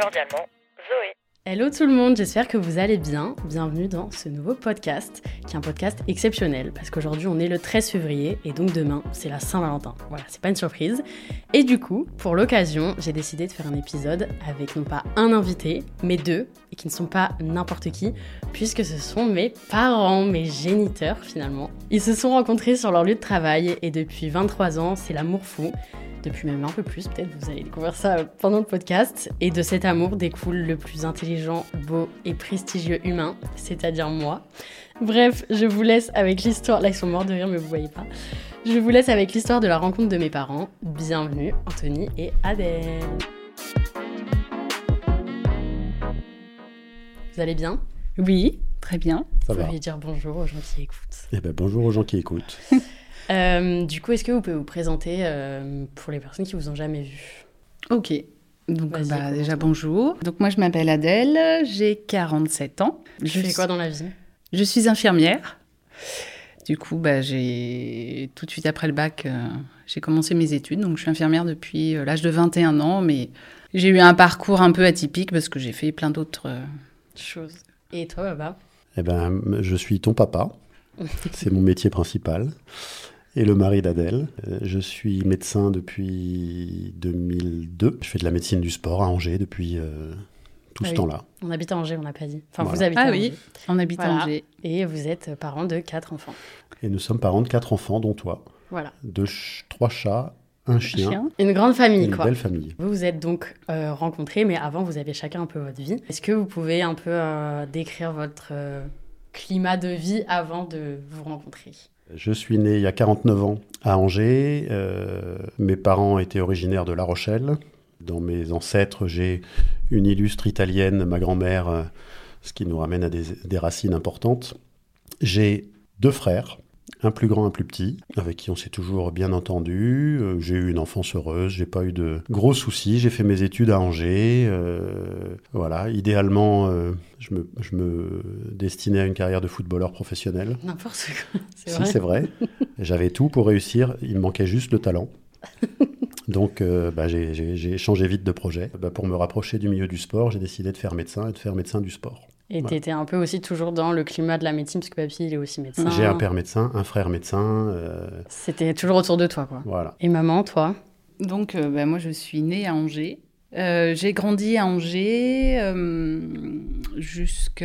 Cordialement, Zoé. Hello tout le monde, j'espère que vous allez bien. Bienvenue dans ce nouveau podcast, qui est un podcast exceptionnel, parce qu'aujourd'hui on est le 13 février, et donc demain c'est la Saint-Valentin. Voilà, c'est pas une surprise. Et du coup, pour l'occasion, j'ai décidé de faire un épisode avec non pas un invité, mais deux, et qui ne sont pas n'importe qui, puisque ce sont mes parents, mes géniteurs finalement. Ils se sont rencontrés sur leur lieu de travail, et depuis 23 ans, c'est l'amour fou depuis même un peu plus, peut-être vous allez découvrir ça pendant le podcast. Et de cet amour découle le plus intelligent, beau et prestigieux humain, c'est-à-dire moi. Bref, je vous laisse avec l'histoire. Là, ils sont morts de rire, mais vous voyez pas. Je vous laisse avec l'histoire de la rencontre de mes parents. Bienvenue, Anthony et Adèle. Vous allez bien Oui, très bien. Ça Vous va. pouvez dire bonjour aux gens qui écoutent. Eh ben, bonjour aux gens qui écoutent. Euh, du coup, est-ce que vous pouvez vous présenter euh, pour les personnes qui vous ont jamais vu Ok. Donc Vas-y, bah, commence. déjà bonjour. Donc moi je m'appelle Adèle, j'ai 47 ans. Je fais suis- quoi dans la vie Je suis infirmière. Du coup, bah, j'ai tout de suite après le bac, euh, j'ai commencé mes études. Donc je suis infirmière depuis euh, l'âge de 21 ans, mais j'ai eu un parcours un peu atypique parce que j'ai fait plein d'autres euh, choses. Et toi, Baba Eh ben, je suis ton papa. C'est mon métier principal. Et le mari d'Adèle. Euh, Je suis médecin depuis 2002. Je fais de la médecine du sport à Angers depuis euh, tout Ah ce oui. temps-là. On habite à Angers, on n'a pas dit. Enfin, vous Voilà. habitez Ah à oui. Angers. En habitant Voilà. Angers. Et vous êtes parents de quatre enfants. Et nous sommes parents de quatre enfants, dont toi. Voilà. Deux ch- trois chats, un chien, Chien. Une grande et famille, une quoi. belle famille. Vous vous êtes donc euh, rencontrés, mais avant, vous avez chacun un peu votre vie. Est-ce que vous pouvez un peu euh, décrire votre euh, climat de vie avant de vous rencontrer Je suis né il y a 49 ans à Angers. Euh, mes parents étaient originaires de La Rochelle. Dans mes ancêtres, j'ai une illustre italienne, ma grand-mère, euh, ce qui nous ramène à des, des racines importantes. J'ai deux frères, un plus grand, un plus petit, avec qui on s'est toujours bien entendu. Euh, J'ai eu une enfance heureuse, j'ai pas eu de gros soucis. J'ai fait mes études à Angers. euh, voilà, idéalement, euh, je, me, je me destinais à une carrière de footballeur professionnel. N'importe quoi, c'est Si, vrai. c'est vrai. J'avais tout pour réussir. Il me manquait juste le talent. Donc, euh, bah, j'ai- j'ai j'ai changé vite de projet. Bah, pour me rapprocher du milieu du sport, j'ai décidé de faire médecin et de faire médecin du sport. Et Voilà. t'étais un peu aussi toujours dans le climat de la médecine, parce que papy, il est aussi médecin. J'ai un père médecin, un frère médecin. euh, C'était toujours autour de toi, quoi. voilà. Et maman, toi Donc, euh, bah, moi, je suis née à Angers. Euh, j'ai grandi à Angers euh, jusque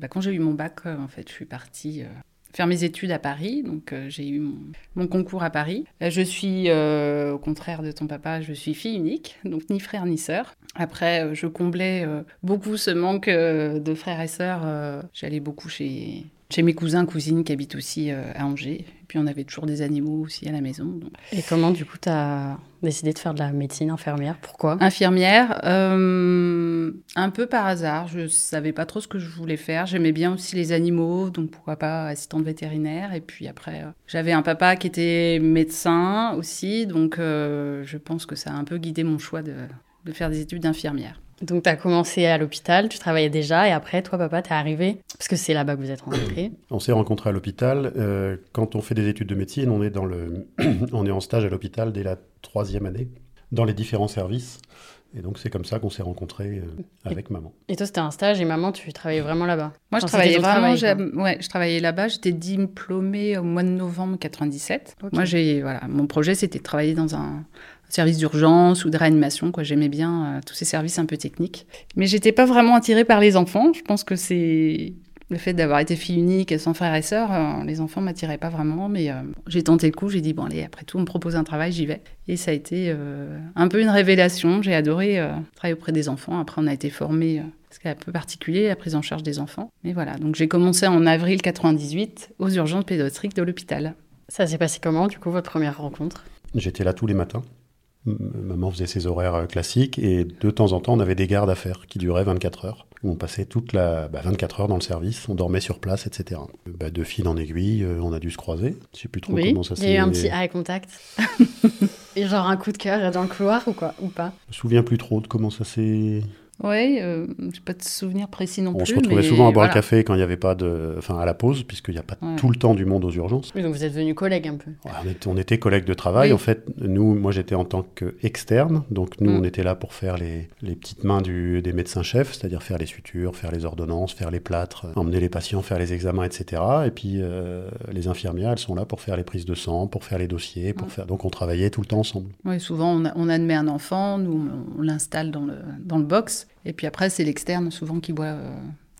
bah, quand j'ai eu mon bac. euh, en fait, je suis partie euh, faire mes études à Paris. Donc, euh, j'ai eu mon, mon concours à Paris. Euh, je suis, euh, au contraire de ton papa, je suis fille unique, donc ni frère ni sœur. Après, euh, je comblais euh, beaucoup ce manque euh, de frères et sœurs. euh, J'allais beaucoup chez chez mes cousins, cousines qui habitent aussi euh, à Angers. Et puis, on avait toujours des animaux aussi à la maison. donc Et comment, du coup, t'as décidé de faire de la médecine infirmière Pourquoi Infirmière, euh, un peu par hasard. Je savais pas trop ce que je voulais faire. J'aimais bien aussi les animaux, donc pourquoi pas assistante vétérinaire. Et puis après, euh, j'avais un papa qui était médecin aussi, donc euh, je pense que ça a un peu guidé mon choix de, de faire des études d'infirmière. Donc, tu as commencé à l'hôpital, tu travaillais déjà, et après, toi, papa, t'es arrivé, parce que c'est là-bas que vous êtes rencontrés. On s'est rencontrés à l'hôpital. Euh, quand on fait des études de médecine, on est, dans le... on est en stage à l'hôpital dès la troisième année, dans les différents services. Et donc, c'est comme ça qu'on s'est rencontrés euh, avec maman. Et toi, c'était un stage, et maman, tu travaillais vraiment là-bas. Moi, je Enfin, travaillais c'était ton vraiment. travail, j'aime- ouais, je travaillais là-bas. J'étais diplômée au mois de novembre 97. Ok. Moi, j'ai voilà, mon projet, c'était de travailler dans un service d'urgence ou de réanimation. Quoi, j'aimais bien euh, tous ces services un peu techniques. Mais j'étais pas vraiment attirée par les enfants. Je pense que c'est Le fait d'avoir été fille unique et sans frères et sœurs, euh, les enfants m'attiraient pas vraiment, mais euh, j'ai tenté le coup, j'ai dit, bon allez, après tout, on me propose un travail, j'y vais. Et ça a été euh, un peu une révélation, j'ai adoré euh, travailler auprès des enfants, après on a été formés, euh, ce qui est un peu particulier, la prise en charge des enfants. Mais voilà, donc j'ai commencé en avril 98 aux urgences pédiatriques de l'hôpital. Ça s'est passé comment, du coup, votre première rencontre Oh, J'étais là tous les matins. M- Maman faisait ses horaires euh, classiques et de temps en temps, on avait des gardes à faire qui duraient 24 heures. On passait toute la bah, 24 heures dans le service, on dormait sur place, etc. Bah, de fil en aiguille, euh, on a dû se croiser. Je sais plus trop Oui, comment ça Il s'est y a eu un petit eye contact Et genre un coup de cœur dans le couloir ou quoi Ou pas Je me souviens plus trop de comment ça s'est. Ouais, euh, j'ai pas de souvenir précis non On plus. se retrouvait mais souvent à boire voilà. un café quand il n'y avait pas de. Enfin, à la pause, puisqu'il n'y a pas Ouais. tout le temps du monde aux urgences. Oui, donc vous êtes devenus collègues un peu. Ouais, On était, on était collègues de travail. Oui. En fait, nous, moi, j'étais en tant qu'externe. Donc, nous, Mm. on était là pour faire les, les petites mains du- des médecins-chefs, c'est-à-dire faire les sutures, faire les ordonnances, faire les plâtres, euh, emmener les patients, faire les examens, etc. Et puis, euh, les infirmières, elles sont là pour faire les prises de sang, pour faire les dossiers, pour Mm. faire. Donc, on travaillait tout le temps ensemble. Oui, souvent on, a- on admet un enfant, nous on, on l'installe dans le, dans le box, et puis après c'est l'externe souvent qui voit, euh,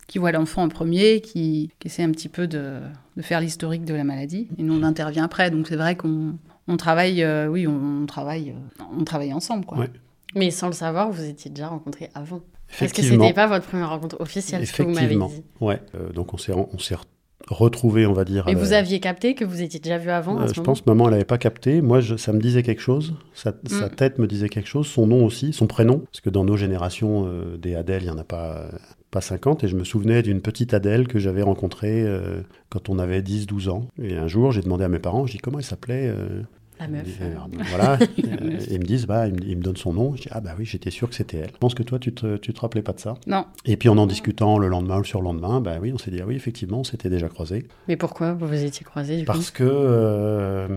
qui voit l'enfant en premier, qui, qui essaie un petit peu de, de faire l'historique de la maladie, et nous on intervient après, donc c'est vrai qu'on on travaille, euh, oui, on, on travaille, euh, on travaille ensemble quoi. Ouais. Mais sans le savoir, vous étiez déjà rencontrés avant. Parce que Effectivement. c'était pas votre première rencontre officielle, ce que vous m'avez Effectivement. dit. Ouais. Euh, donc, on s'est, on s'est re- retrouvés, on va dire. euh, Mais à la- vous aviez capté que vous étiez déjà vu avant à Ah bah Euh, ce je moment pense maman elle n'avait pas capté. Moi je- ça me disait quelque chose, sa, sa Mm. tête me disait quelque chose, son nom aussi, son prénom, parce que dans nos générations euh, des Adèle il y en a pas euh, pas 50 et je me souvenais d'une petite Adèle que j'avais rencontrée euh, quand on avait 10-12 ans et un jour j'ai demandé à mes parents, je dis comment elle s'appelait euh, La ils me meuf. disent, euh, euh, voilà, Euh, ils me disent bah ils me, ils me donnent son nom, je dis ah bah oui j'étais sûr que c'était elle. Je pense que toi tu te, tu te rappelais pas de ça. Non, Et puis en en discutant le lendemain ou le surlendemain, bah oui on s'est dit ah oui effectivement on s'était déjà croisés. Mais pourquoi vous vous étiez croisés du coup Parce que euh,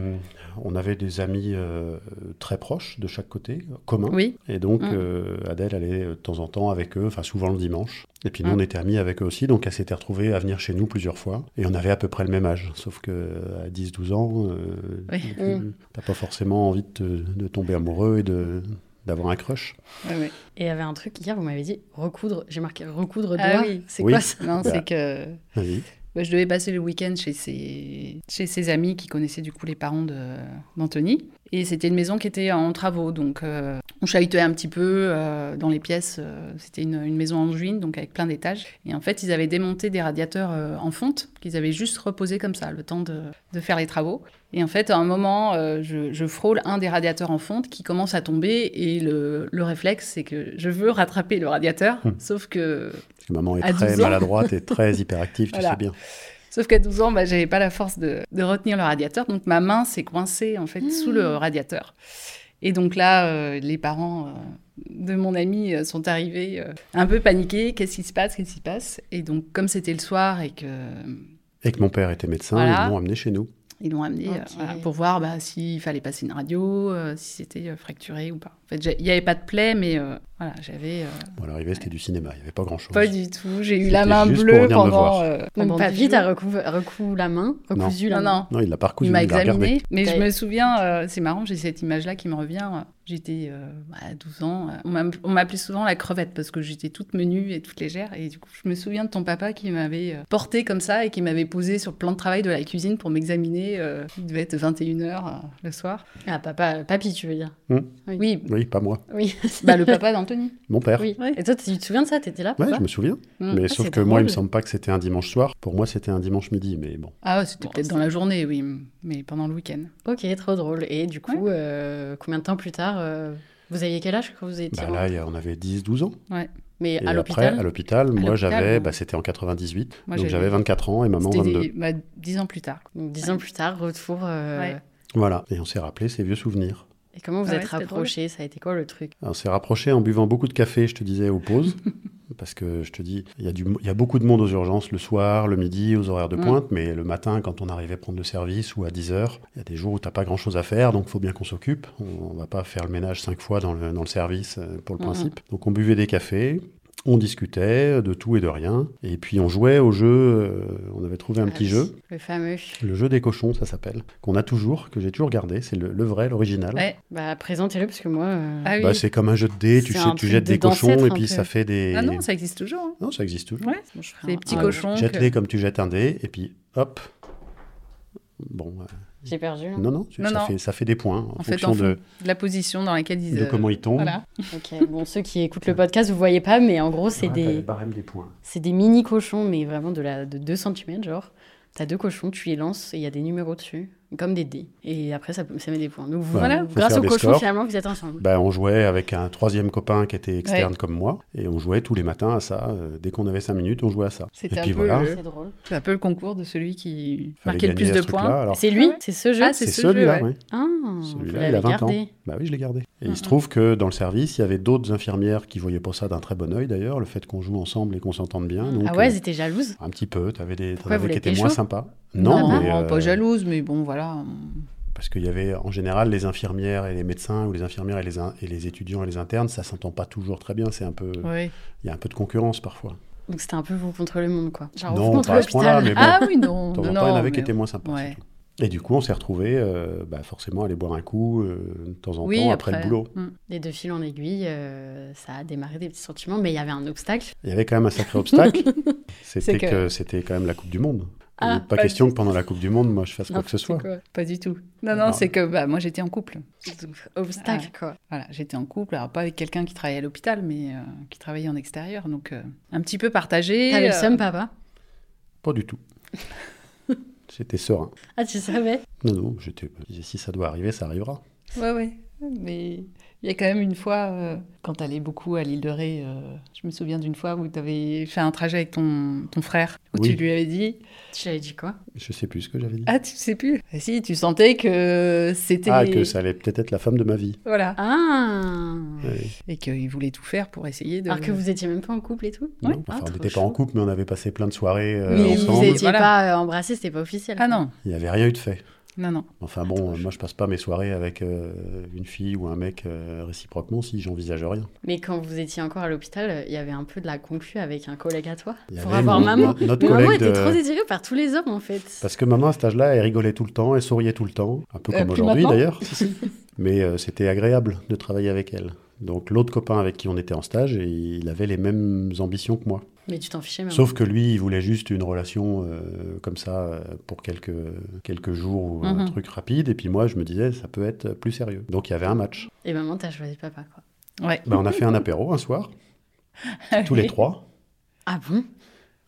on avait des amis euh, très proches de chaque côté, communs. oui, Et donc Mm. euh, Adèle allait euh, de temps en temps avec eux, enfin souvent le dimanche. Et puis nous Mm. on était amis avec eux aussi, donc elle s'était retrouvée à venir chez nous plusieurs fois. Et on avait à peu près le même âge, sauf que euh, à 10-12 ans, euh, Oui. Mmh. tu- Mm. t'as pas forcément envie de, te- de tomber amoureux et de d'avoir un crush. Ouais, ouais. Et il y avait un truc hier, vous m'avez dit recoudre. J'ai marqué recoudre Ah doigt. oui. C'est Oui. quoi ça non Bah. c'est que Vas-y. bah, je devais passer le week-end chez ses, chez ses amis qui connaissaient du coup les parents de- d'Anthony. Et c'était une maison qui était en travaux, donc euh, on chahutait un petit peu euh, dans les pièces. euh, c'était une, une maison en juin, donc avec plein d'étages. Et en fait, ils avaient démonté des radiateurs euh, en fonte, qu'ils avaient juste reposés comme ça, le temps de, de faire les travaux. Et en fait, à un moment, euh, je, je frôle un des radiateurs en fonte qui commence à tomber. Et le, le réflexe, c'est que je veux rattraper le radiateur, Hmm. sauf que Parce que maman est À très 12 ans. maladroite et très hyperactive, tu Voilà. sais bien. Sauf qu'à 12 ans, bah, j'avais pas la force de, de retenir le radiateur, donc ma main s'est coincée en fait sous le Hmm. radiateur. Et donc là, euh, les parents euh, de mon ami euh, sont arrivés euh, un peu paniqués. Qu'est-ce qui se passe Qu'est-ce qui se passe Et donc, comme c'était le soir et que Et que mon père était médecin, Voilà. ils l'ont amené chez nous. ils l'ont amené euh, Ok. voilà, pour voir bah, s'il fallait passer une radio, euh, si c'était euh, fracturé ou pas. En fait, j'ai- il n'y avait pas de plaie, mais euh, voilà, j'avais euh, Bon, à l'arrivée, c'était du cinéma, il n'y avait pas grand-chose. pas du tout. J'ai eu C'était la main juste pour bleue venir me pendant. voir. euh, pendant Donc pas dix vite jours. à recouv... recou la main, recousu la Non, main. non. Non, il l'a pas recousu, Il m'a il l'a regardé. examiné, mais je Ouais. me souviens, euh, c'est marrant, j'ai cette image-là qui me revient. J'étais euh, à 12 ans, euh, on m'a- on m'appelait souvent la crevette parce que j'étais toute menue et toute légère. Et du coup, je me souviens de ton papa qui m'avait euh, portée comme ça et qui m'avait posée sur le plan de travail de la cuisine pour m'examiner. euh, il devait être 21h euh, le soir. Ah, papa, papy, tu veux dire Oui, Oui, pas moi, Oui. bah, le papa d'Anthony. mon père. oui. Et toi, tu te souviens de ça T'étais là Ouais, papa je me souviens. Mm. Mais Ah, sauf c'est que moi, il me drôle. semble pas que c'était un dimanche soir. Pour moi, c'était un dimanche midi. Mais bon, Ah, ouais, c'était Bon, peut-être dans la journée, oui, mais pendant le week-end. Ok, trop drôle. Et du coup, euh, combien de temps plus tard euh, Vous aviez quel âge quand vous étiez bah, rentrés là, il y a- on avait 10-12 ans. Mais Et à après, à l'hôpital l'hôpital, moi, l'hôpital, j'avais, ouais. bah, c'était en 98. Moi, donc j'avais- j'avais 24 ans et maman C'était 22. des- bah, 10 ans plus tard. Donc dix ans plus tard, retour. euh, Ouais. Voilà. Et on s'est rappelé ces vieux souvenirs. Et comment vous Ah ouais, êtes c'était drôle. rapprochés Ça a été quoi le truc On s'est rapprochés en buvant beaucoup de café, je te disais, aux pauses. Parce que je te dis, il y, a du mo- il y a beaucoup de monde aux urgences le soir, le midi, aux horaires de Mm. pointe, mais le matin, quand on arrivait prendre le service ou à 10h, il y a des jours où t'as pas grand chose à faire, donc faut bien qu'on s'occupe. On, on va pas faire le ménage cinq fois dans le, dans le service euh, pour le Mm, principe. Donc on buvait des cafés. On discutait de tout et de rien. Et puis on jouait au jeu, euh, on avait trouvé un Ah, petit jeu, Le fameux. le jeu des cochons ça s'appelle, qu'on a toujours, que j'ai toujours gardé, c'est le, le vrai, l'original. Ouais. Bah, présentez-le, parce que moi. euh, Ah oui. Bah, c'est comme un jeu de dés, tu, C'est sais, un tu truc jettes de des cochons d'ancêtre, et un puis peu. ça fait des... Ah non, ça existe toujours. hein. Non, ça existe toujours. Ouais. moi, je ferais Des un- petits un- cochons. que- Jette-les comme tu jettes un dé, et puis hop. Bon, euh, J'ai perdu. hein. là. non, non, tu- Non, ça, non. Fait, ça fait des points en, En fait, fonction en fon- de, De la position dans laquelle ils. de euh, comment ils tombent. Voilà. Ok, bon, ceux qui écoutent le podcast, vous voyez pas, mais en gros, c'est Ah, t'as le des, barème des points. c'est des mini cochons, mais vraiment de, la, de 2 cm, genre. T'as deux cochons, tu les lances et il y a des numéros dessus, comme des dés. Et après, ça, ça met des points. Donc vous- Voilà. Faut grâce faire aux des cochons, scores. finalement, vous êtes ensemble. Bah, on jouait avec un troisième copain qui était externe comme moi, et on jouait tous les matins à ça. euh, dès qu'on avait cinq minutes, on jouait à ça. Et C'était un puis peu voilà, le- fallait C'est drôle. C'est un peu le concours de celui qui marquait gagner le plus de à ce truc-là. points. Alors, C'est lui, Ah ouais c'est ce jeu. Ah, c'est c'est ce celui-là, jeu, oui. Ah, vous Celui-là, il l'avez a 20 gardé. ans. Bah oui, je l'ai gardé. Et Mhm. il se trouve que dans le service, il y avait d'autres infirmières qui voyaient pas ça d'un très bon œil d'ailleurs, le fait qu'on joue ensemble et qu'on s'entende bien. Donc, Ah ouais, euh, elles étaient jalouses. un petit peu, t'avais des Pourquoi t'en vous avais qui l'êtes étaient moins chaud sympas. Non, Non, non, mais, euh, Ah, pas jalouse, mais bon, voilà. parce qu'il y avait en général les infirmières et les médecins ou les infirmières et les, in- et les étudiants et les internes, ça s'entend pas toujours très bien. C'est un peu, il Oui. y a un peu de concurrence parfois. Donc c'était un peu vous contre le monde, quoi. Genre Non, vous contre pas à ce point-là, l'hôpital. Ah mais bon. oui, non. non, T'en vois non, pas, il y en avait qui mais- étaient moins sympas. c'est Ouais. tout. Et du coup, on s'est retrouvés euh, bah, forcément à aller boire un coup euh, de temps en Oui, temps après, le boulot. Mm. Et de fil en aiguille, euh, ça a démarré des petits sentiments, mais il y avait un obstacle. Il y avait quand même un sacré obstacle. C'était C'est que, que- c'était quand même la Coupe du Monde. Ah, Il n'est pas pas question que pendant la Coupe du Monde, moi, je fasse quoi que ce soit. Pas du tout. Non, Non. non, c'est que bah, moi j'étais en couple. Donc, obstacle, quoi. Voilà, j'étais en couple, alors pas avec quelqu'un qui travaillait à l'hôpital, mais euh, qui travaillait en extérieur, donc euh, un petit peu partagé. T'avais le euh, seum, papa Pas du tout. C'était serein. Ah, tu savais Non, non, j'étais. je disais, Si ça doit arriver, ça arrivera. Ouais, ouais. Mais il y a quand même une fois, euh, quand t'allais beaucoup à l'île de Ré, euh, je me souviens d'une fois où t'avais fait un trajet avec ton, ton frère, où Oui. tu lui avais dit. Tu l'avais dit quoi Je sais plus ce que j'avais dit. Ah, tu sais plus. Ah si, tu sentais que c'était. Ah, que ça allait peut-être être la femme de ma vie. Voilà. Ah Ouais. Et qu'il voulait tout faire pour essayer de. Alors que vous étiez même pas en couple et tout Non, Ouais. enfin, Ah, on trop n'était pas en chaud. couple, mais on avait passé plein de soirées euh, Mais Mais vous ensemble. étiez Voilà. pas euh, embrassés, c'était pas officiel. Ah non, Il n'y avait rien eu de fait. non, non. Enfin Ah, bon, euh, moi je passe pas mes soirées avec euh, une fille ou un mec euh, réciproquement si j'envisage rien. Mais quand vous étiez encore à l'hôpital, euh, il y avait un peu de la conclue avec un collègue à toi Il y pour avait avoir mon- maman. no- notre Mais maman collègue était de- trop désirée par tous les hommes en fait. Parce que maman à cet âge-là, elle rigolait tout le temps, elle souriait tout le temps, un peu Euh, comme plus aujourd'hui maintenant d'ailleurs. Mais euh, c'était agréable de travailler avec elle. Donc l'autre copain avec qui on était en stage, il avait les mêmes ambitions que moi. Mais tu t'en fichais même. Sauf que lui, il voulait juste une relation euh, comme ça euh, pour quelques, quelques jours ou un Mhm. truc rapide. Et puis moi, je me disais, ça peut être plus sérieux. Donc il y avait un match. Et maman, t'as choisi papa quoi. Ouais. Ben, on a fait un apéro un soir, tous les trois. Ah bon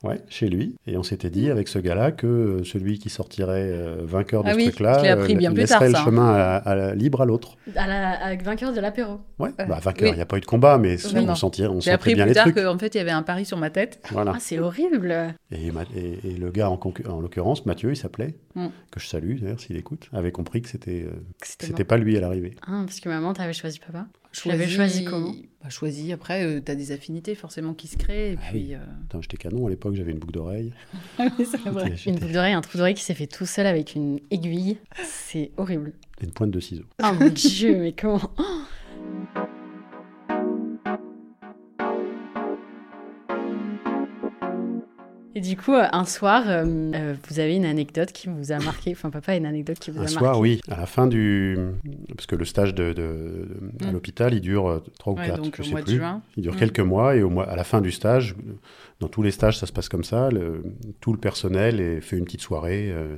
Ouais, chez lui. Et on s'était dit avec ce gars-là que euh, celui qui sortirait euh, vainqueur de Ah ce oui, truc-là je l'ai appris euh, bien plus laisserait tard, le ça, hein. chemin à- à la- libre à l'autre. à la, Avec vainqueur de l'apéro. Ouais, Ouais. bah, vainqueur, il Oui. n'y a pas eu de combat, mais Oui, on non. sentait, on J'ai sentait appris bien plus les tard trucs. qu'en fait, il y avait un pari sur ma tête. Voilà. Ah, c'est horrible Et, ma- et- et le gars, en, concu- en l'occurrence, Mathieu, il s'appelait, Mm. que je salue d'ailleurs s'il écoute, avait compris que c'était Que euh, que C'était c'était mort. pas lui à l'arrivée. Ah, parce que maman, t'avais choisi papa. Tu l'avais choisi comment bah, Choisi, après, euh, t'as des affinités forcément qui se créent. Et Ah puis, euh, Putain, j'étais canon à l'époque, j'avais une boucle d'oreille. c'est vrai. J'étais- Une j'étais- boucle d'oreille, un trou d'oreille qui s'est fait tout seul avec une aiguille. C'est horrible. Une pointe de ciseaux. Oh mon dieu, mais comment Oh Et du coup, euh, un soir, euh, euh, vous avez une anecdote qui vous a marqué. Enfin, papa a une anecdote qui vous a Un marqué. soir, oui, à la fin du. Parce que le stage de, de- à Mm. l'hôpital, il dure euh, trois ou Ouais, quatre, donc je au sais mois de plus. juin. Il dure Mm. quelques mois et au mois, à la fin du stage, euh, dans tous les stages, ça se passe comme ça. le- tout le personnel est- fait une petite soirée. euh.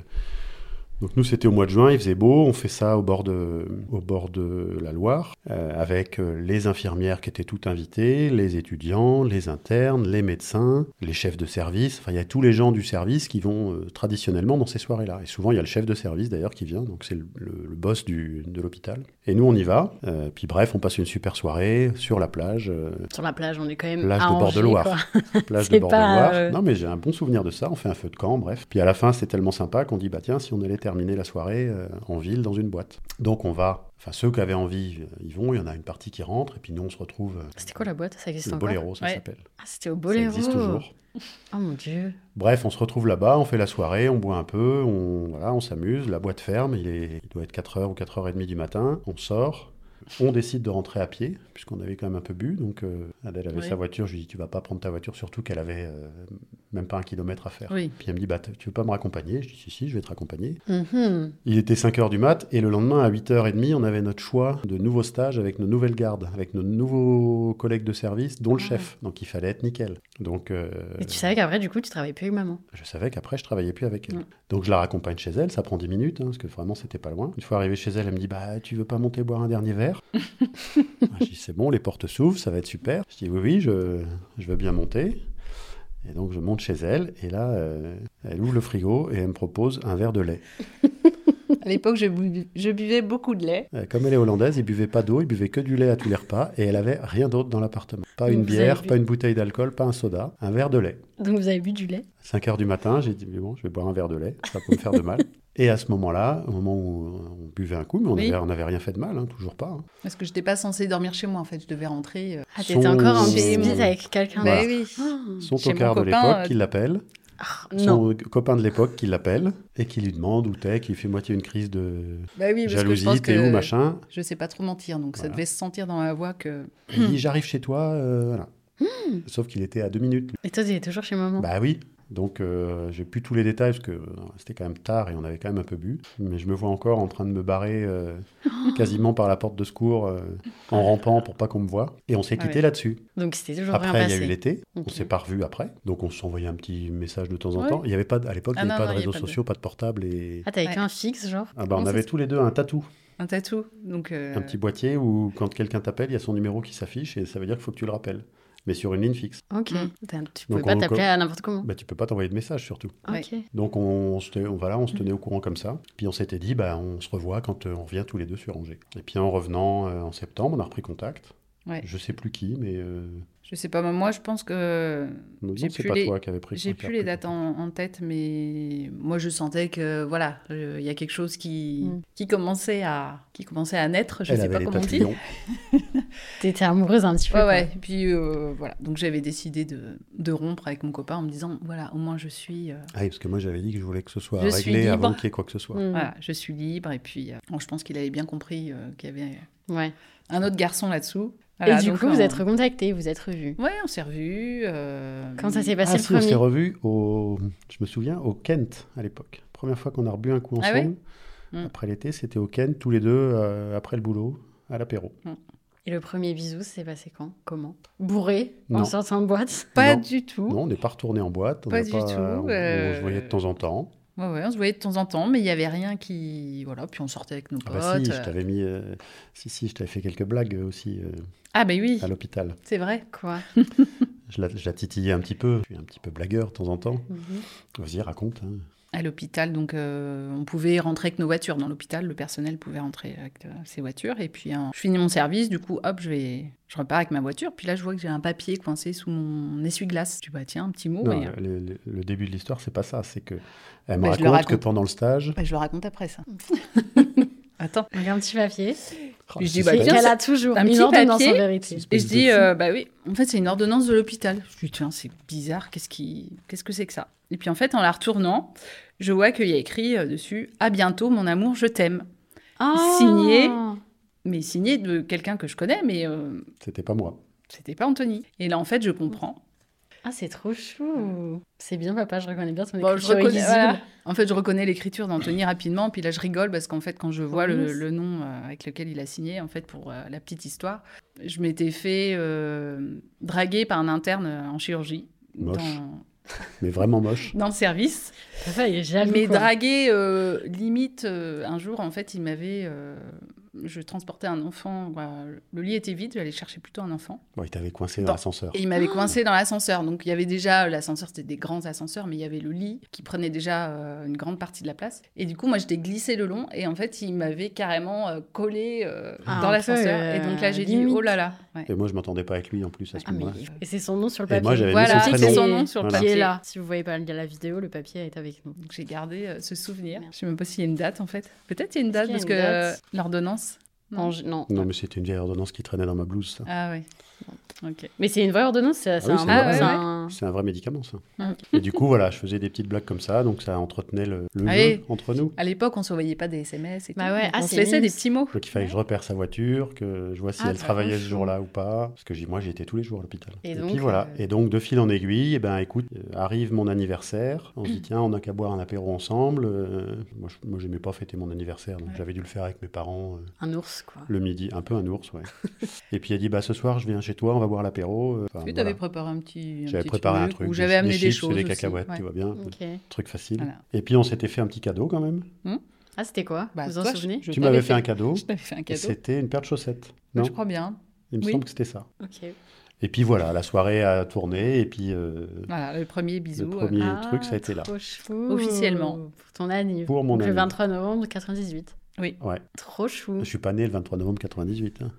donc nous, c'était au mois de juin, il faisait beau. On fait ça au bord de, au bord de la Loire euh, avec euh, les infirmières qui étaient toutes invitées, les étudiants, les internes, les médecins, les chefs de service. Enfin, il y a tous les gens du service qui vont euh, traditionnellement dans ces soirées-là. Et souvent, il y a le chef de service d'ailleurs qui vient. Donc c'est le, le- le boss du- de l'hôpital. Et nous, on y va. Euh, puis bref, on passe une super soirée sur la plage. euh, Sur la plage, on est quand même Plage à de bord de Angers, Loire. quoi. plage de C'est bord de pas, Loire. euh, Non, mais j'ai un bon souvenir de ça. On fait un feu de camp, bref. Puis à la fin, c'est tellement sympa qu'on dit, bah tiens, si on allait terminer la soirée euh, en ville dans une boîte. Donc on va. Enfin, ceux qui avaient envie, euh, ils vont. Il y en a une partie qui rentre. Et puis nous, on se retrouve. euh, C'était quoi la boîte Ça existe le encore Boléro, ça Ouais. s'appelle. Ah, c'était au Ça Boléro. existe toujours. Oh mon dieu. Bref, on se retrouve là-bas, on fait la soirée, on boit un peu, on, voilà, on s'amuse. La boîte ferme, il, est, il doit être 4h ou 4h30 du matin. On sort. On décide de rentrer à pied, puisqu'on avait quand même un peu bu. Donc, euh, Adèle avait Oui. sa voiture. Je lui dis Tu vas pas prendre ta voiture, surtout qu'elle avait euh, même pas un kilomètre à faire. Oui. Puis elle me dit bah, t- Tu veux pas me raccompagner Je dis Si, si, je vais te raccompagner. Mhm. Il était 5h du mat et le lendemain à 8h30, on avait notre choix de nouveaux stages avec nos nouvelles gardes, avec nos nouveaux collègues de service, dont le Ah. chef. Donc il fallait être nickel. Donc euh, Et tu savais qu'après, du coup, tu travaillais plus avec maman. je savais qu'après je travaillais plus avec elle. Mm. Donc je la raccompagne chez elle, ça prend 10 minutes hein, parce que vraiment c'était pas loin. Une fois arrivé chez elle, elle me dit "Bah, tu veux pas monter boire un dernier verre Ah, Je dis "C'est bon, les portes s'ouvrent, ça va être super." Je dis "Oui oui, je je veux bien monter." Et donc je monte chez elle et là euh, elle ouvre le frigo et elle me propose un verre de lait. À l'époque, je, bu- je buvais beaucoup de lait. Euh, Comme elle est hollandaise, il buvait pas d'eau, il buvait que du lait à tous les repas et elle avait rien d'autre dans l'appartement. Pas une Vous bière, avez bu- pas une bouteille d'alcool, pas un soda, un verre de lait. Donc, vous avez bu du lait. 5 heures du matin, j'ai dit mais bon, je vais boire un verre de lait, ça peut me faire de mal. Et à ce moment-là, au moment où on buvait un coup, mais on Oui. n'avait rien fait de mal, hein, toujours pas. hein. Parce que je n'étais pas censée dormir chez moi, en fait. Je devais rentrer. euh. Ah, Son- t'étais encore en Son- bisbise avec quelqu'un Voilà. Ben Eh oui. d'autre. Son Chez mon tocard de copain, l'époque euh, qui l'appelle, Ah, non. son copain de l'époque qui l'appelle et qui lui demande où t'es, qui fait moitié une crise de Bah oui, parce que je jalousie, pense t'es que où, machin. Je sais pas trop mentir, donc ça Voilà. devait se sentir dans ma voix que. Il dit j'arrive chez toi, euh, voilà. Mmh. Sauf qu'il était à deux minutes. lui. Et toi, t'étais toujours chez maman. Bah oui. Donc euh, j'ai plus tous les détails parce que euh, c'était quand même tard et on avait quand même un peu bu. Mais je me vois encore en train de me barrer euh, Oh. quasiment par la porte de secours euh, en rampant pour pas qu'on me voie. Et on s'est Ah quitté ouais. là-dessus. Donc, c'était toujours rien Après il y a eu passé. l'été, Ok. on s'est pas revus après. Donc on s'envoyait un petit message de temps en Ouais. temps. Il y avait pas de- à l'époque Ah il n'y non, avait pas non, il de y a réseaux pas de- sociaux, pas de portable et Ah, t'avais Ouais. qu'un fixe, genre ah bah, Comment on ça avait se- tous les deux un tatou, Un tatou. Donc, euh, un petit boîtier où quand quelqu'un t'appelle, il y a son numéro qui s'affiche et ça veut dire qu'il faut que tu le rappelles. Mais sur une ligne fixe, Ok. Mm. T'as- Tu pouvais Donc, pas on- t'appeler à n'importe Mmh. comment. bah, tu peux pas t'envoyer de message surtout. Ouais. Ok. Donc on, se, tenait- on- voilà, on se tenait au courant comme ça. Puis on s'était dit, bah, on se revoit quand euh, on revient tous les deux sur Angers. Et puis en revenant euh, en septembre, on a repris contact. Ouais. Je sais plus qui, mais euh, je sais pas, mais moi, je pense que. non, J'ai c'est plus pas les- toi qui avais pris J'ai qui a plus les repris dates contact. en, en tête, mais moi, je sentais que, voilà, euh, il y a quelque chose qui, Mm. qui, commençait à, qui commençait à naître. Je Elle sais avait pas les comment on dit. papillons. T'étais amoureuse un petit peu. Ouais, quoi. ouais. Et puis, euh, voilà. Donc, j'avais décidé de, de rompre avec mon copain en me disant, voilà, au moins, je suis. euh, Ah oui, parce que moi j'avais dit que je voulais que ce soit Je suis réglé avant libre. qu'il y ait quoi que ce soit. Mm. Voilà, je suis libre. Et puis, euh, bon, je pense qu'il avait bien compris euh, qu'il y avait Ouais. un autre garçon là-dessous. Et Voilà, du donc, coup, vous on- êtes recontactés, vous êtes revus. Ouais, on s'est revus. euh, Quand ça s'est Ah passé si, le on s'est premier revus au, je me souviens, au Kent à l'époque. Première fois qu'on a rebu un coup Ah ensemble. ouais Mm. Après l'été, c'était au Kent, tous les deux, euh, après le boulot, à l'apéro. Et le premier bisou, c'est passé quand Comment Bourré Non. En sortant de boîte Pas Non. du tout. Non, on n'est pas retourné en boîte. on Pas n'a du pas- tout, on- on se euh, voyait de temps en temps. Ouais, ouais, on se voyait de temps en temps, mais il n'y avait rien qui. Voilà, puis on sortait avec nos Ah potes. bah si, je euh. t'avais mis, euh, si si, je t'avais fait quelques blagues euh, aussi euh, Ah, mais oui, à l'hôpital. c'est vrai. Quoi Je la, je la titillais un petit peu. Je suis un petit peu blagueur de temps en temps. Mhm. Vas-y, raconte. hein. À l'hôpital, donc, euh, on pouvait rentrer avec nos voitures. Dans l'hôpital, le personnel pouvait rentrer avec euh, ses voitures. Et puis, hein, je finis mon service, du coup, hop, je vais. Je repars avec ma voiture. Puis là, je vois que j'ai un papier coincé sous mon essuie-glace. Je dis, bah tiens, un petit mot. Non, et, euh, le, le- le début de l'histoire, c'est pas ça. C'est que elle me Bah, je raconte, le que raconte. pendant le stage, bah, je le raconte après, ça. Attends. Donc un petit papier. Oh, Puis je le dis, bah, suspense. tiens, Qu'elle a toujours. un une petit ordonnance papier. en vérité. Suspense Et je de dis, fou. euh, bah oui, en fait, c'est une ordonnance de l'hôpital. Je dis, tiens, c'est bizarre, qu'est-ce qui... qu'est-ce que c'est que ça Et puis en fait, en la retournant, je vois qu'il y a écrit euh, dessus À bientôt, mon amour, je t'aime. Ah Signé. Mais signé de quelqu'un que je connais, mais euh, c'était pas moi. c'était pas Anthony. Et là, en fait, je comprends. Ah, c'est trop chou. C'est bien, papa, je reconnais bien ton Bon, écriture je reconnais, illisible. voilà. En fait, je reconnais l'écriture d'Anthony rapidement, puis là, je rigole parce qu'en fait, quand je vois Oh, le, mince. le nom euh, avec lequel il a signé, en fait, pour euh, la petite histoire, je m'étais fait euh, draguer par un interne euh, en chirurgie. Moche. Dans, Mais vraiment moche. dans le service. Papa, il est jaloux. Mais quoi. draguer, euh, limite, euh, un jour, en fait, il m'avait. euh, je transportais un enfant. voilà, le lit était vide, j'allais chercher plutôt un enfant. Bon, il t'avait coincé dans Dans- l'ascenseur. Et il m'avait coincé dans l'ascenseur. Donc, il y avait déjà. euh, L'ascenseur, c'était des grands ascenseurs, mais il y avait le lit qui prenait déjà euh, une grande partie de la place. Et du coup, moi, j'étais glissée le long. Et en fait, il m'avait carrément euh, collée collé Ah, un dans peu, l'ascenseur. euh, et donc là, j'ai dit limite. oh là là. Ouais. Et moi, je m'entendais pas avec lui en plus à ce Ah, mais- moment-là. Et c'est son nom sur le Et papier. moi, j'avais mis Voilà, son c'est prénom. son nom sur le Voilà. Qui papier. est là. Si vous voyez pas la vidéo, le papier est avec nous. Donc, j'ai gardé euh, ce souvenir. Je sais même pas s'il y a une date, en fait. Peut-être il y a une date, qu'il y a parce une que euh, date l'ordonnance. Non, je- non. Non, mais c'était une vieille ordonnance qui traînait dans ma blouse. ça. Ah oui. Ok. Mais c'est une vraie ordonnance, c'est oui, c'est c'est un, une vraie- c'est Ah ouais, un- C'est un vrai médicament, ça. Ah, ok. Et du coup, voilà, je faisais des petites blagues comme ça, donc ça entretenait le, le Ah jeu oui. entre nous. À l'époque, on ne s'envoyait pas des SMS et Bah tout, ouais, donc ah, on c'est se laissait des mince. petits mots. Donc il fallait que je repère sa voiture, que je vois si Ah, elle bah, travaillait ce franchement. jour-là ou pas, parce que j'y- moi j'y étais tous les jours à l'hôpital. Et Et, donc, puis voilà. euh, Et donc de fil en aiguille, eh ben écoute, euh, arrive mon anniversaire, on se dit tiens, on n'a qu'à boire un apéro ensemble. euh, moi je- moi, j'aimais pas fêter mon anniversaire, donc Ouais. j'avais dû le faire avec mes parents euh, un ours, quoi. le midi, un peu un ours, ouais. Et puis il a dit bah ce soir je viens chez toi, on va boire l'apéro. euh, enfin, Tu voilà. avais préparé un petit. un J'avais petit préparé un truc, Ou j'avais amené des, chips choses. et des aussi, cacahuètes, ouais. tu vois bien, Ok. truc facile. Voilà. Et puis on s'était fait un petit cadeau quand même. Ah, c'était quoi Bah, Vous vous en toi, je- souvenez je tu t'avais m'avais fait un cadeau. Je t'avais fait un Et cadeau. c'était une paire de chaussettes. Bah, Non, Je crois bien. il me oui. semble que c'était ça. Ok. Et puis voilà, la soirée a tourné et puis euh, Voilà, le premier le bisou. euh, premier Ah, truc, ça a été là. trop chou. Officiellement. Pour ton anniversaire. Pour mon Le anniv. 23 novembre 98. Ouais, Trop chou. je suis pas né le 23 novembre 98. hein.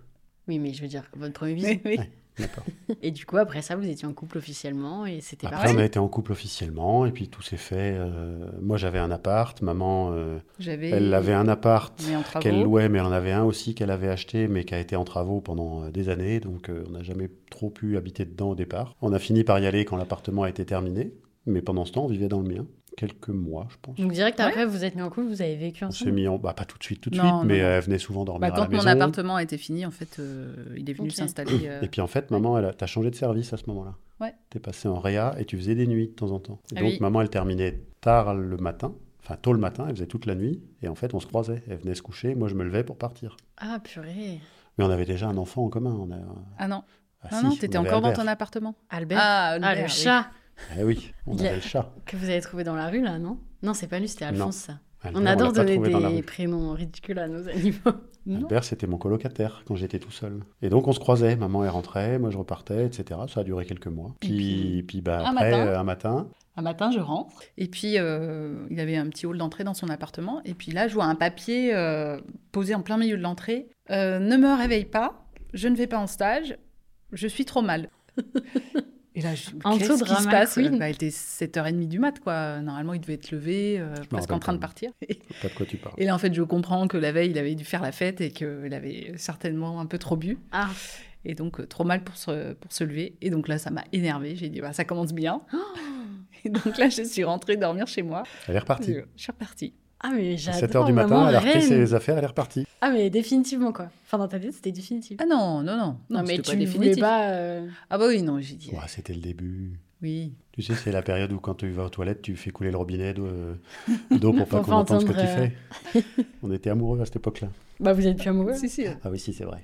Oui, mais je veux dire, votre premier bisou. Oui, oui. D'accord. Et du coup, après ça, vous étiez en couple officiellement et c'était Après, parti. on a été en couple officiellement et puis tout s'est fait. euh, moi, j'avais un appart. Maman, euh, J'avais. elle avait un appart Mais en travaux. qu'elle louait, mais elle en avait un aussi qu'elle avait acheté, mais qui a été en travaux pendant euh, des années. Donc, euh, on n'a jamais trop pu habiter dedans au départ. On a fini par y aller quand l'appartement a été terminé. Mais pendant ce temps, on vivait dans le mien. Quelques mois, je pense. Donc, direct après, vous êtes mis en couple, vous avez vécu On s'est ensemble. mis en... Bah, pas tout de suite, tout de Non, suite, non, mais euh, non. elle venait souvent dormir Bah, à la quand mon maison. appartement était fini, en fait, euh, il est venu Ok. s'installer. euh, Et puis en fait, maman, elle a... t'as changé de service à ce moment-là. Ouais. T'es passé en réa et tu faisais des nuits de temps en temps. Et Ah donc oui. maman, elle terminait tard le matin, enfin tôt le matin, elle faisait toute la nuit. Et en fait, on se croisait. Elle venait se coucher, moi je me levais pour partir. Ah, purée. Mais on avait déjà un enfant en commun. On a... euh, Ah non, Ah non, si, non, on t'étais avait encore dans Albert. ton appartement. Albert. Ah, Ah, Albert, le oui. chat Eh oui, on Il a- avait le chat. que vous avez trouvé dans la rue, là, non Non, c'est pas lui, c'était Non. Alphonse, ça. Albert, On adore l'a pas donner trouvé dans la des rue. prénoms ridicules à nos animaux. Non. Albert, c'était mon colocataire quand j'étais tout seul. Et donc, on se croisait. Maman, elle rentrait, moi, je repartais, etc. Ça a duré quelques mois. Et Puis, puis, puis- bah, un après, matin- euh, un matin, Un matin, je rentre. Et puis, euh, il avait un petit hall d'entrée dans son appartement. Et puis là, je vois un papier euh, posé en plein milieu de l'entrée. Euh, ne me réveille pas, je ne vais pas en stage, je suis trop mal. Et là, je En dessous qu'est-ce de qui se Drama passe Queen. Bah, Il était 7h30 du mat, quoi. Normalement, il devait être levé, euh, presque rappelle en train de pas. partir. pas de quoi tu parles. Et là, en fait, je comprends que la veille, il avait dû faire la fête et qu'il avait certainement un peu trop bu. Ah, Et donc, euh, trop mal pour se, pour se lever. Et donc là, ça m'a énervée. J'ai dit, bah, ça commence bien. Oh. Et donc là, je suis rentrée dormir chez moi. Euh, Elle est repartie. Je suis repartie. ah mais j'adore. 7h du maman, matin, elle a repris reine. ses affaires, elle est repartie. Ah, mais définitivement, quoi. Enfin, dans ta tête, c'était définitif. Ah non, non, non. non, mais c'était tu ne voulais pas... euh, Ah bah oui, non, j'ai dit. Ouais, c'était le début. Oui. Tu sais, c'est la période où quand tu vas aux toilettes, tu fais couler le robinet d'eau euh, d'eau pour pas Pour qu'on pas entende ce que tu entendre, euh, fais. On était amoureux à cette époque-là. Bah, vous êtes plus amoureux. Si, si. Ah oui, si, c'est vrai.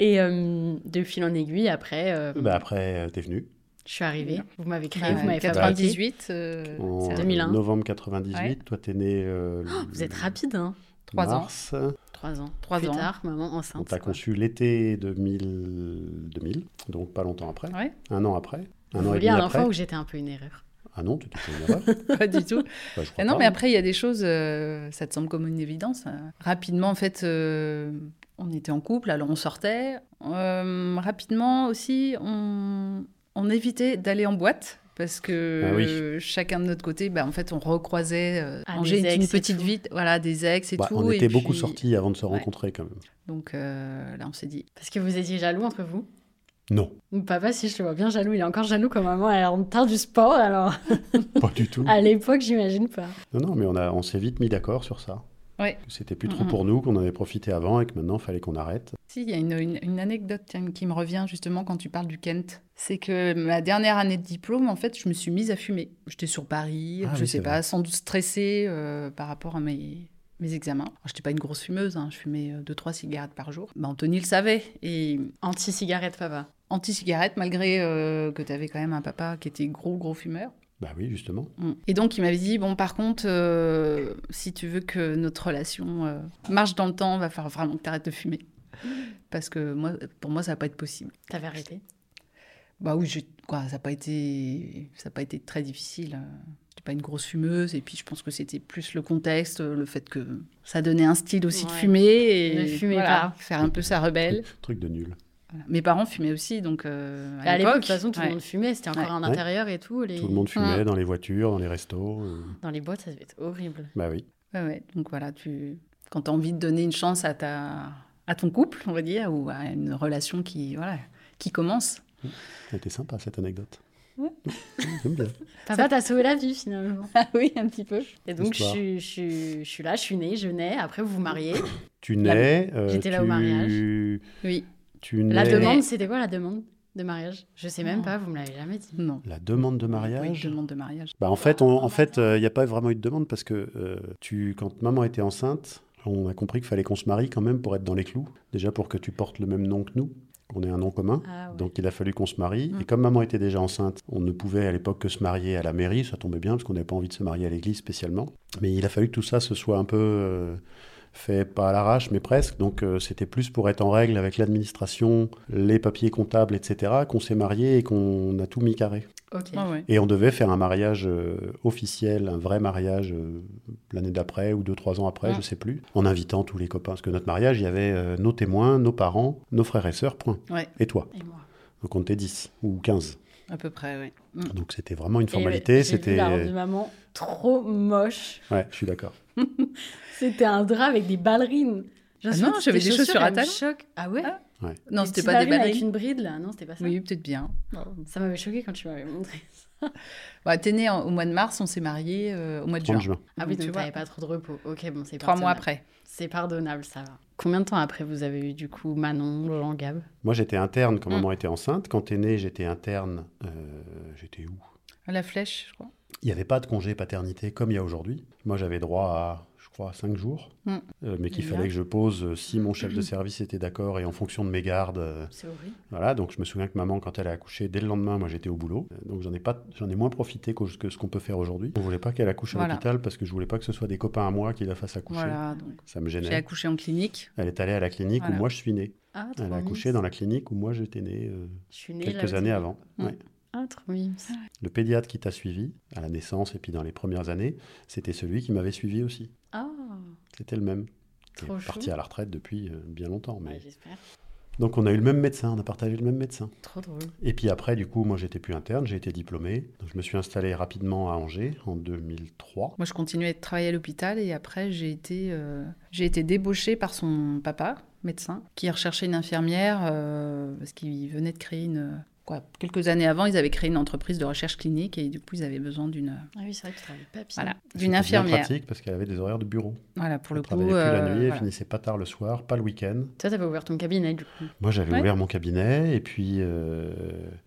Et euh, de fil en aiguille, après, euh, Bah, après, euh, t'es venu. je suis arrivée. Vous m'avez créé, Ouais, vous m'avez fabriqué. 98. Ah, euh, En c'est- 2001. novembre 98, Ouais. toi, t'es né. euh, le- Vous êtes rapide, hein Trois ans. mars. Trois ans. Trois Plus ans. tard, maman On enceinte. t'a quoi. conçu l'été 2000, 2000, donc pas longtemps après. Ouais. Un an après. Un Vous an et vouliez demi un après. enfant où j'étais un peu une erreur Ah non, tu t'es fait une erreur. pas du tout. Bah, je crois Ah non, pas, mais après, il y a des choses, euh, ça te semble comme une évidence. euh. Rapidement, en fait, euh, on était en couple, alors on sortait. Euh, rapidement aussi, on, on évitait d'aller en boîte. Parce que Ah oui. euh, chacun de notre côté, bah, en fait, on recroisait. euh, Ah, Angers des est une ex et petite tout. ville, voilà, des ex et Bah, tout. on et était beaucoup puis- sortis avant de se Ouais. rencontrer quand même. Donc euh, là, on s'est dit, Parce que vous étiez jaloux entre vous Non, Mon Papa, si je le vois bien jaloux, il est encore jaloux quand maman elle est en retard du sport, alors pas du tout. à l'époque, j'imagine pas. Non, non, mais on, a, on s'est vite mis d'accord sur ça. Ouais. Que C'était plus trop Mm, mm. pour nous, qu'on en avait profité avant et que maintenant, il fallait qu'on arrête. Si, il y a une, une- une anecdote tiens, qui me revient justement quand tu parles du Kent. C'est que ma dernière année de diplôme, en fait, je me suis mise à fumer. J'étais sur Paris, Ah je oui, c'est sais pas, sans doute stressée euh, par rapport à mes, mes examens. Alors, j'étais pas une grosse fumeuse, hein, je fumais 2-3 cigarettes par jour. Bah, Anthony le savait. Et Anti-cigarette, papa. anti-cigarette, malgré euh, que tu avais quand même un papa qui était gros, gros fumeur. Bah oui, justement. Mm. Et donc, il m'avait dit, bon, par contre, euh, si tu veux que notre relation euh, marche dans le temps, va falloir vraiment que tu arrêtes de fumer. Parce que moi, pour moi, ça va pas être possible. T'avais arrêté. Bah oui, j'ai- quoi, ça n'a pas, été... ça a pas été très difficile. euh. J'étais pas une grosse fumeuse. Et puis, je pense que c'était plus le contexte, euh, le fait que ça donnait un style aussi de Ouais. fumer. Et Ne fumez voilà, pas. Faire un peu sa rebelle. Truc de nul. Voilà. Mes parents fumaient aussi, donc euh, Bah, À l'époque, de toute façon, tout ouais. le monde fumait, c'était encore Ouais. en Ouais. intérieur et tout. Les... Tout le monde fumait dans les voitures, dans les restos. euh, Dans les boîtes, ça devait être horrible. Bah oui. Ouais, ouais. Donc voilà, tu... quand tu as envie de donner une chance à, ta... à ton couple, on va dire, ou à une relation qui, voilà, qui commence. C'était sympa cette anecdote. J'aime bien. Papa t'a sauvé la vie finalement. Ah oui, un petit peu. Et donc je Histoire. suis, je, suis, je suis là, je suis née, je nais, après vous vous mariez. Tu nais. euh, J'étais là au tu- mariage. Oui, Tu nais. La Mais- demande, c'était quoi la demande de mariage Je sais même Non. pas, vous me l'avez jamais dit. non. La demande de Oui, mariage. demande de mariage. Bah, en fait, on- en fait, il n'y a pas vraiment eu de demande parce que euh, tu, quand maman était enceinte, on a compris qu'il fallait qu'on se marie quand même pour être dans les clous. Déjà pour que tu portes le même nom que nous, qu'on ait un nom commun. Ah ouais. Hum. Donc il a fallu qu'on se marie. Mm. Et comme maman était déjà enceinte, on ne pouvait à l'époque que se marier à la mairie. Ça tombait bien parce qu'on n'avait pas envie de se marier à l'église spécialement. Mais il a fallu que tout ça se soit un peu euh, fait pas à l'arrache, mais presque. Donc euh, c'était plus pour être en règle avec l'administration, les papiers comptables, etc. Qu'on s'est marié et qu'on a tout mis carré. ok. Ah ouais. Et on devait faire un mariage euh, officiel, un vrai mariage euh, l'année d'après ou deux, trois ans Hum. après, Mm. je sais plus, en invitant tous les copains. Parce que notre mariage, il y avait euh, nos témoins, nos parents, nos frères et sœurs, point. Ouais. Et toi Et moi. Donc on était 10 ou 15. À peu près, oui. Donc c'était vraiment une Et, formalité. euh, j'ai vu C'était. euh, La robe de maman, trop moche. Ouais, je suis d'accord. C'était un drap avec des ballerines. Je me Ah souviens, non, c'était j'avais des chaussures à elles me talons. choquent. Ah ouais Ah, Des Non, c'était petites pas des avec ballerines. une bride là, non, c'était pas ça. Oui, peut-être bien. Ça m'avait choqué quand tu m'avais montré. Ouais, T'es né en- au mois de mars, on s'est mariés euh, au mois de 30 juin. juin. Ah oui, Donc, donc tu vois, t'avais pas trop de repos. Ok, bon, c'est trois mois pardonnable. après. C'est pardonnable, ça va. Combien de temps après vous avez eu du coup Manon, Jean Gab Moi j'étais interne Mmh. quand Mm. maman était enceinte. Quand t'es né, j'étais interne. euh, j'étais où À La flèche, je crois. Il n'y avait pas de congé paternité comme il y a aujourd'hui. Moi, j'avais droit à, je crois, 5 jours, Mm. Euh, mais qu'il Bien. fallait que je pose euh, si mon chef de service était d'accord et en fonction de mes gardes. euh, C'est horrible. voilà, donc je me souviens que maman, quand elle a accouché, dès le lendemain, moi, j'étais au boulot. Euh, Donc j'en ai, pas, j'en ai moins profité qu'au- que ce qu'on peut faire aujourd'hui. On voulait pas qu'elle accouche à Voilà. l'hôpital parce que je voulais pas que ce soit des copains à moi qui la fassent accoucher. Voilà, donc Ça me j'ai gênait. accouché en clinique. Elle est allée à la clinique Voilà. où moi je suis né. Ah, trop Elle a mimes. accouché dans la clinique où moi j'étais né euh, Je suis née là quelques aussi. années avant. Mm. Ouais. Ah, trop mimes. Le pédiatre qui t'a suivi à la naissance et puis dans les premières années, c'était celui qui m'avait suivi aussi. Ah, C'était le même. Il Trop est parti chou. à la retraite depuis euh, bien longtemps. Mais... ouais, j'espère. Donc on a eu le même médecin, on a partagé le même médecin. Trop drôle. Et puis après, du coup, moi j'étais plus interne, j'ai été diplômé. Donc je me suis installé rapidement à Angers en 2003. Moi, je continuais de travailler à l'hôpital et après, j'ai été, euh, j'ai été débauchée par son papa, médecin, qui recherchait une infirmière euh, parce qu'il venait de créer une. Quoi, quelques années avant, ils avaient créé une entreprise de recherche clinique et du coup, ils avaient besoin d'une Ah oui, c'est vrai que tu travailles pas pire. voilà, C'était d'une bien infirmière. pratique parce qu'elle avait des horaires de bureau. Voilà, pour le elle coup. travaillait plus la euh, nuit, elle voilà. finissait pas tard le soir, pas le week-end. Toi, t'avais ouvert ton cabinet du coup. Moi j'avais Ouais. ouvert mon cabinet et puis, euh,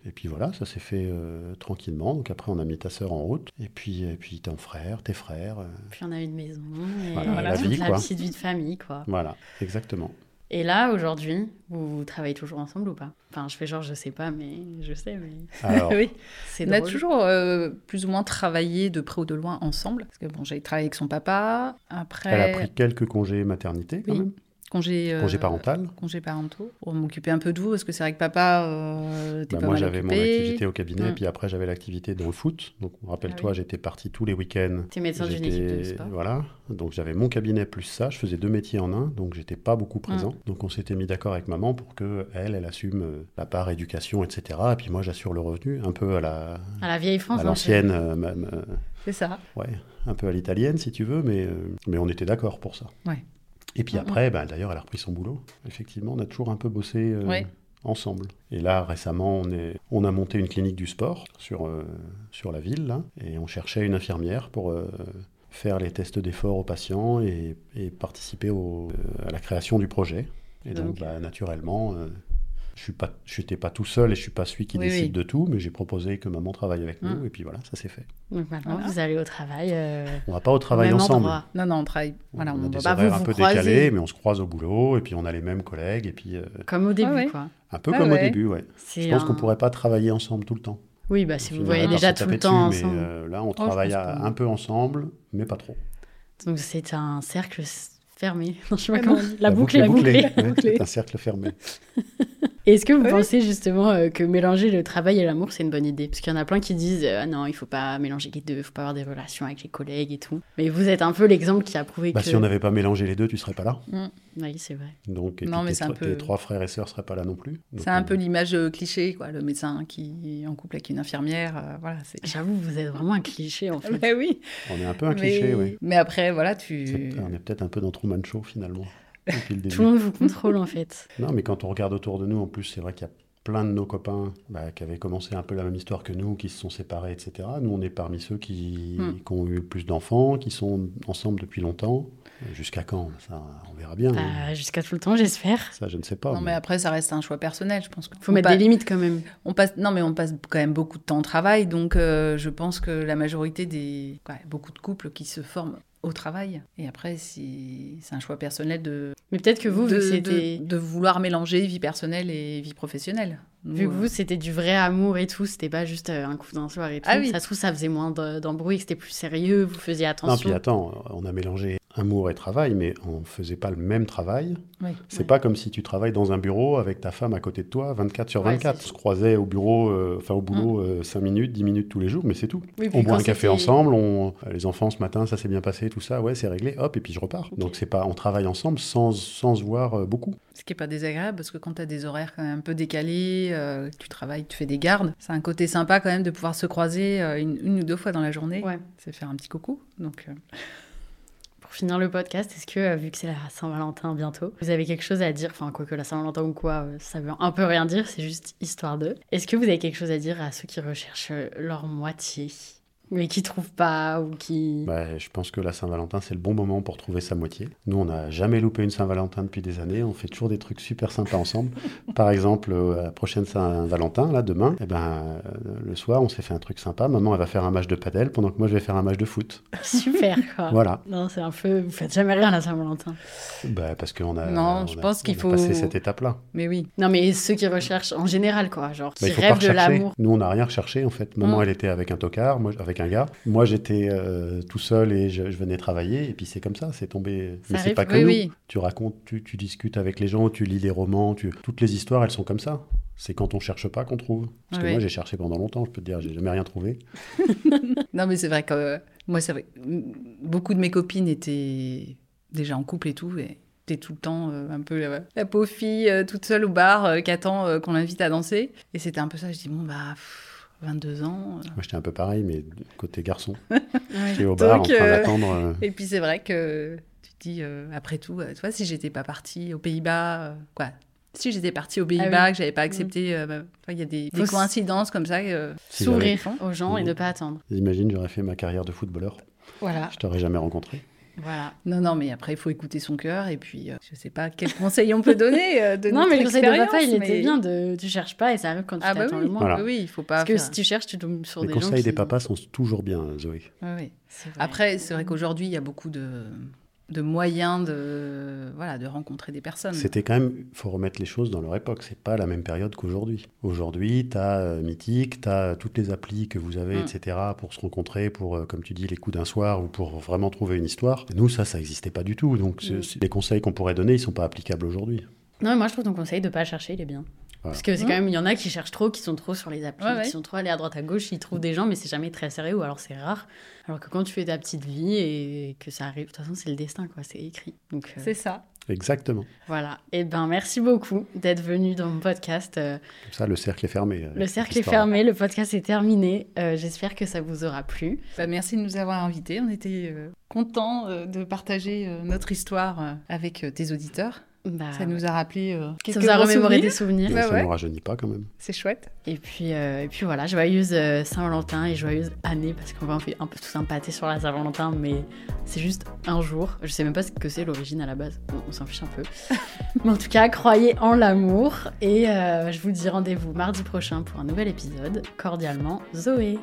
et puis voilà, ça s'est fait euh, tranquillement. Donc après on a mis ta sœur en route et puis, et puis ton frère, tes frères. euh, Puis on a une maison. Et Voilà, la toute vie, la quoi. petite vie de famille, quoi. Voilà, exactement. Et là, aujourd'hui, vous, vous travaillez toujours ensemble ou pas Enfin, je fais genre, je sais pas, mais je sais, mais Alors, Oui. c'est On a drôle. toujours euh, plus ou moins travaillé de près ou de loin ensemble. Parce que bon, j'ai travaillé avec son papa. Après, elle a pris quelques congés maternité quand Oui. même, congé, euh, congés parentaux. congé parentaux pour m'occuper un peu de vous parce que c'est vrai que papa euh, t'es Bah, pas moi, mal j'avais mon occupé. activité au cabinet, Mm. puis après, j'avais l'activité dans le foot. Donc, rappelle-toi, Ah oui. j'étais parti tous les week-ends. T'es médecin d'une équipe de J'étais sport. voilà, donc j'avais mon cabinet plus ça, je faisais deux métiers en un, donc j'étais pas beaucoup présent. Donc on s'était mis d'accord avec maman pour que elle, elle assume euh, la part éducation, etc. Et puis moi j'assure le revenu, un peu à la À la vieille France. à hein, l'ancienne, euh, ma- ma- C'est ça. ouais, un peu à l'italienne si tu veux, mais euh, mais on était d'accord pour ça. Ouais. Et puis Mm, après, ben, d'ailleurs, elle a repris son boulot. Effectivement, on a toujours un peu bossé euh, Ouais. ensemble. Et là, récemment, on, est, on a monté une clinique du sport sur, euh, sur la ville, là, et on cherchait une infirmière pour euh, faire les tests d'effort aux patients et, et participer au- euh, à la création du projet. Et donc, Donc. bah, naturellement, euh, je suis pas, je n'étais pas tout seul et je suis pas celui qui Oui, décide oui. de tout, mais j'ai proposé que maman travaille avec Mm. nous, et puis voilà, ça s'est fait. Donc maintenant, Voilà. vous allez au travail. euh, On va pas au travail au même ensemble. endroit. Non, non, on travaille. Voilà, on on a va des pas- horaires vous un vous peu croisez. décalés, mais on se croise au boulot, et puis on a les mêmes collègues, et puis euh, Comme au début, Ah ouais. quoi. un peu Ah comme au ouais. début, ouais. C'est Je pense un- qu'on pourrait pas travailler ensemble tout le temps. Oui, bah, si On vous finirait voyez par déjà se tout taper le temps dessus, ensemble. Mais euh, là, on pense travaille pas, à- non. un peu ensemble, mais pas trop. Donc c'est un cercle s- fermé. Non, je sais pas Ah non. comment on dit. La, boucle, est bouclée. Ouais, bouclée. c'est un cercle fermé. Est-ce que vous Oui. pensez justement euh, que mélanger le travail et l'amour, c'est une bonne idée Parce qu'il y en a plein qui disent euh, Ah non, il faut pas mélanger les deux, il faut pas avoir des relations avec les collègues et tout. Mais vous êtes un peu l'exemple qui a prouvé Bah, que. Si on n'avait pas mélangé les deux, tu serais pas là. Oui, c'est vrai. Donc, et Non, puis mais tes, c'est un tro- peu- tes trois frères et sœurs seraient pas là non plus. Donc, C'est un euh, peu l'image euh, cliché, quoi, le médecin qui est en couple avec une infirmière. euh, voilà, c'est. J'avoue, vous êtes vraiment un cliché en fait. Mais oui. On est un peu un cliché, oui. Mais après, voilà, tu. C'est- On est peut-être un peu dans Truman Show finalement. Depuis le début. Tout le monde vous contrôle en fait. Non, mais quand on regarde autour de nous, en plus, c'est vrai qu'il y a plein de nos copains bah, qui avaient commencé un peu la même histoire que nous, qui se sont séparés, etc. Nous, on est parmi ceux qui, Mm. qui ont eu le plus d'enfants, qui sont ensemble depuis longtemps. Euh, Jusqu'à quand Ça, on verra bien. hein. Euh, Jusqu'à tout le temps, j'espère. Ça, je ne sais pas. Non, mais mais- après, ça reste un choix personnel, je pense. que- Faut mettre pas- des limites quand même. On passe, non, mais on passe quand même beaucoup de temps au travail, donc euh, je pense que la majorité des. ouais, beaucoup de couples qui se forment au travail. Et après, si- c'est un choix personnel de, Mais peut-être que vous, de, vu que c'était. de- de vouloir mélanger vie personnelle et vie professionnelle. Nous, Vu que euh, vous, c'était du vrai amour et tout, c'était pas juste euh, un coup d'un soir et tout. Ah oui. Ça se trouve, ça faisait moins de- d'embrouilles, que c'était plus sérieux, vous faisiez Non, puis attention. attends, on a mélangé amour et travail, mais on ne faisait pas le même travail. oui. C'est pas comme si tu travailles dans un bureau avec ta femme à côté de toi 24 sur Ouais, 24. c'est Hum. on se croisait au bureau, euh, enfin au boulot 5 minutes, 10 minutes tous les jours, mais c'est tout. Oui, puis On boit quand un café c'était- ensemble, on... euh, les enfants ce matin, ça s'est bien passé, tout ça, ouais, c'est réglé, hop, et puis je repars. Ok. Donc c'est pas, on travaille ensemble sans, sans se voir euh, beaucoup. Ce qui n'est pas désagréable, parce que quand tu as des horaires quand même un peu décalés, euh, tu travailles, tu fais des gardes, c'est un côté sympa quand même de pouvoir se croiser euh, une, une ou deux fois dans la journée. Ouais. C'est faire un petit coucou. Donc, euh, Pour finir le podcast, est-ce que, euh, vu que c'est la Saint-Valentin bientôt, vous avez quelque chose à dire Enfin, quoique la Saint-Valentin ou quoi, euh, ça veut un peu rien dire, c'est juste histoire de. Est-ce que vous avez quelque chose à dire à ceux qui recherchent euh, leur moitié Mais qui trouvent pas ou qui. Bah, je pense que la Saint-Valentin, c'est le bon moment pour trouver sa moitié. Nous, on n'a jamais loupé une Saint-Valentin depuis des années. On fait toujours des trucs super sympas ensemble. Par exemple, euh, à la prochaine Saint-Valentin, là, demain, eh ben, euh, le soir, on s'est fait un truc sympa. Maman, elle va faire un match de padel pendant que moi, je vais faire un match de foot. Super, quoi. Ah. Voilà. Non, c'est un peu. Vous faites jamais rien à la Saint-Valentin. Bah, parce qu'on a, Non, on je a- pense qu'il on a faut- passé cette étape-là. mais oui. Non, mais ceux qui recherchent en général, quoi. Genre, qui Bah, il faut pas rêvent de rechercher. l'amour. Nous, on n'a rien recherché en fait. Maman, Mm. elle était avec un tocard, moi, avec un gars. Moi, j'étais euh, tout seul et je, je venais travailler. Et puis c'est comme ça, c'est tombé. Ça Mais c'est arrive, pas que Oui, nous. oui. Tu racontes, tu, tu discutes avec les gens, tu lis les romans, tu... toutes les histoires, elles sont comme ça. C'est quand on cherche pas qu'on trouve. Parce que Ouais. moi, j'ai cherché pendant longtemps. Je peux te dire, j'ai jamais rien trouvé. Non, mais c'est vrai que euh, moi, c'est vrai. m- Beaucoup de mes copines étaient déjà en couple et tout. Et t'es tout le temps euh, un peu la, la pauvre fille euh, toute seule au bar euh, qui attend euh, qu'on l'invite à danser. Et c'était un peu ça. Je dis, bon, bah, pff, 22 ans. euh. Moi, j'étais un peu pareil, mais côté garçon. Ouais. J'étais au bar Donc, en train euh, d'attendre. euh, Et puis, c'est vrai que tu te dis, euh, après tout, euh, tu vois, si j'étais pas partie aux Pays-Bas, euh, quoi. Si j'étais partie aux Pays-Bas, que j'avais pas accepté, euh, bah, enfin, il y a des, des Ah Mm. Faut s- coïncidences comme ça. euh, si Sourire j'avais- aux gens et Mmh. ne pas attendre. j'avais- Imagine, j'aurais fait ma carrière de footballeur. Voilà, Je t'aurais jamais rencontré. voilà. Non, non, mais après, il faut écouter son cœur. Et puis, euh, je sais pas quel conseil on peut donner euh, de non, notre mais le conseil de expérience, papa, il mais- était bien. De, tu cherches pas et ça arrive quand tu Ah bah t'attends oui, le moins. Voilà. oui, oui, il faut pas Parce que faire- si tu cherches, tu tombes sur Les des gens. conseils des qui- papas sont toujours bien, Zoé. Ouais, ouais. C'est vrai. Après, c'est vrai qu'aujourd'hui, il y a beaucoup de, de moyens de, voilà, de rencontrer des personnes. C'était quand même, faut remettre les choses dans leur époque. C'est pas la même période qu'aujourd'hui. Aujourd'hui, tu as Mythique, tu as toutes les applis que vous avez, Mm. etc., pour se rencontrer, pour, euh, comme tu dis, les coups d'un soir ou pour vraiment trouver une histoire. Nous, ça, ça n'existait pas du tout. Donc, c'est- Mm. c'est- les conseils qu'on pourrait donner, ils sont pas applicables aujourd'hui. Non, mais moi, je trouve ton conseil de pas chercher, il est bien. Voilà. Parce que c'est Mmh. quand même, il y en a qui cherchent trop, qui sont trop sur les applis, Ouais, ouais. qui sont trop allés à droite à gauche, ils trouvent des gens, mais c'est jamais très sérieux, ou alors c'est rare. Alors que quand tu fais ta petite vie et que ça arrive, de toute façon, c'est le destin, quoi, c'est écrit. Donc, euh, C'est ça. Exactement. voilà. Et ben, merci beaucoup d'être venu dans mon podcast. euh, Comme ça, le cercle est fermé. avec Le cette cercle est histoire-là. fermé, le podcast est terminé. Euh, J'espère que ça vous aura plu. Bah, merci de nous avoir invités. On était euh, contents euh, de partager euh, notre histoire euh, avec euh, tes auditeurs. Bah, ça nous a rappelé euh, ça quelques vous a bons remémoré des souvenirs. souvenirs. Mais Bah ça ouais. ne rajeunit pas quand même. C'est chouette. Et puis, euh, et puis voilà, joyeuse euh, Saint-Valentin et joyeuse année, parce qu'on va un peu, un peu tous un pâté sur la Saint-Valentin, mais c'est juste un jour. Je sais même pas ce que c'est l'origine à la base, on, on s'en fiche un peu. mais en tout cas, croyez en l'amour, et euh, je vous dis rendez-vous mardi prochain pour un nouvel épisode. Cordialement, Zoé.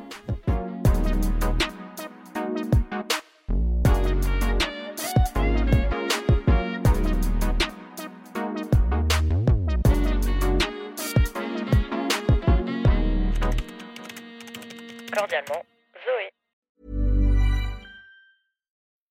Cordialement, Zoé.